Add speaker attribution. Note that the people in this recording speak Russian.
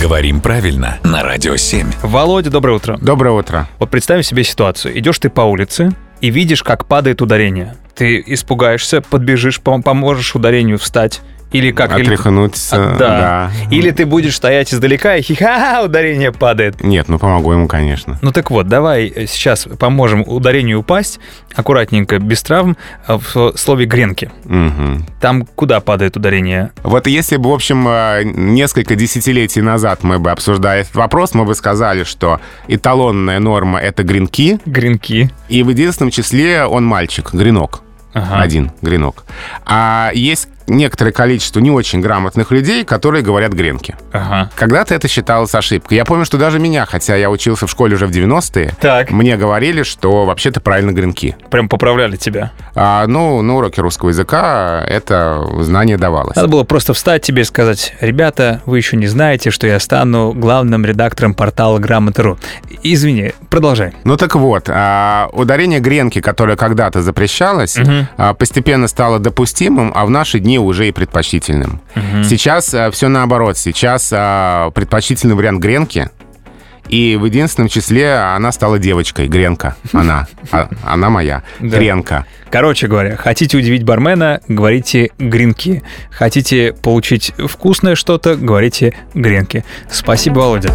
Speaker 1: Говорим правильно на Радио 7.
Speaker 2: Володя, доброе утро.
Speaker 3: Доброе утро.
Speaker 2: Вот представим себе ситуацию. Идешь ты по улице и видишь, как падает ударение. Ты испугаешься, подбежишь, пом- поможешь ударению встать. Или как? или-
Speaker 3: Отряхнуться,
Speaker 2: А, да. Или ты будешь стоять издалека и хихаха, ударение падает.
Speaker 3: Нет, ну помогу ему, конечно.
Speaker 2: Ну так вот, давай э, сейчас поможем ударению упасть, аккуратненько, без травм, э, в сло- слове «гренки».
Speaker 3: Мгм.
Speaker 2: Там куда падает ударение?
Speaker 3: Вот если бы, в общем, э, несколько десятилетий назад мы бы обсуждали этот вопрос, мы бы сказали, что эталонная норма — это гринки,
Speaker 2: Гренки.
Speaker 3: и в единственном числе он мальчик, гринок.
Speaker 2: Ага.
Speaker 3: Один гринок. А есть некоторое количество не очень грамотных людей, которые говорят гренки.
Speaker 2: Ага.
Speaker 3: Когда-то это считалось ошибкой. Я помню, что даже меня, хотя я учился в школе уже в 90-е,
Speaker 2: Так,
Speaker 3: мне говорили, что вообще-то правильно гренки.
Speaker 2: прям поправляли тебя.
Speaker 3: А, ну, на уроке русского языка это знание давалось.
Speaker 2: Надо было просто встать тебе и сказать, ребята, вы еще не знаете, что я стану главным редактором портала Грамота.ру. Извини, продолжай.
Speaker 3: Ну так вот, а, ударение гренки, которое когда-то запрещалось,
Speaker 2: Мгм.
Speaker 3: а, постепенно стало допустимым, а в наши дни уже и предпочтительным. Сейчас все наоборот. Сейчас а, предпочтительный вариант гренки. И в единственном числе она стала девочкой, Гренка. Она. А, Она моя.
Speaker 2: Да.
Speaker 3: Гренка.
Speaker 2: Короче говоря, хотите удивить бармена, говорите гринки. Хотите получить вкусное что-то, говорите гренки. Спасибо, Володя.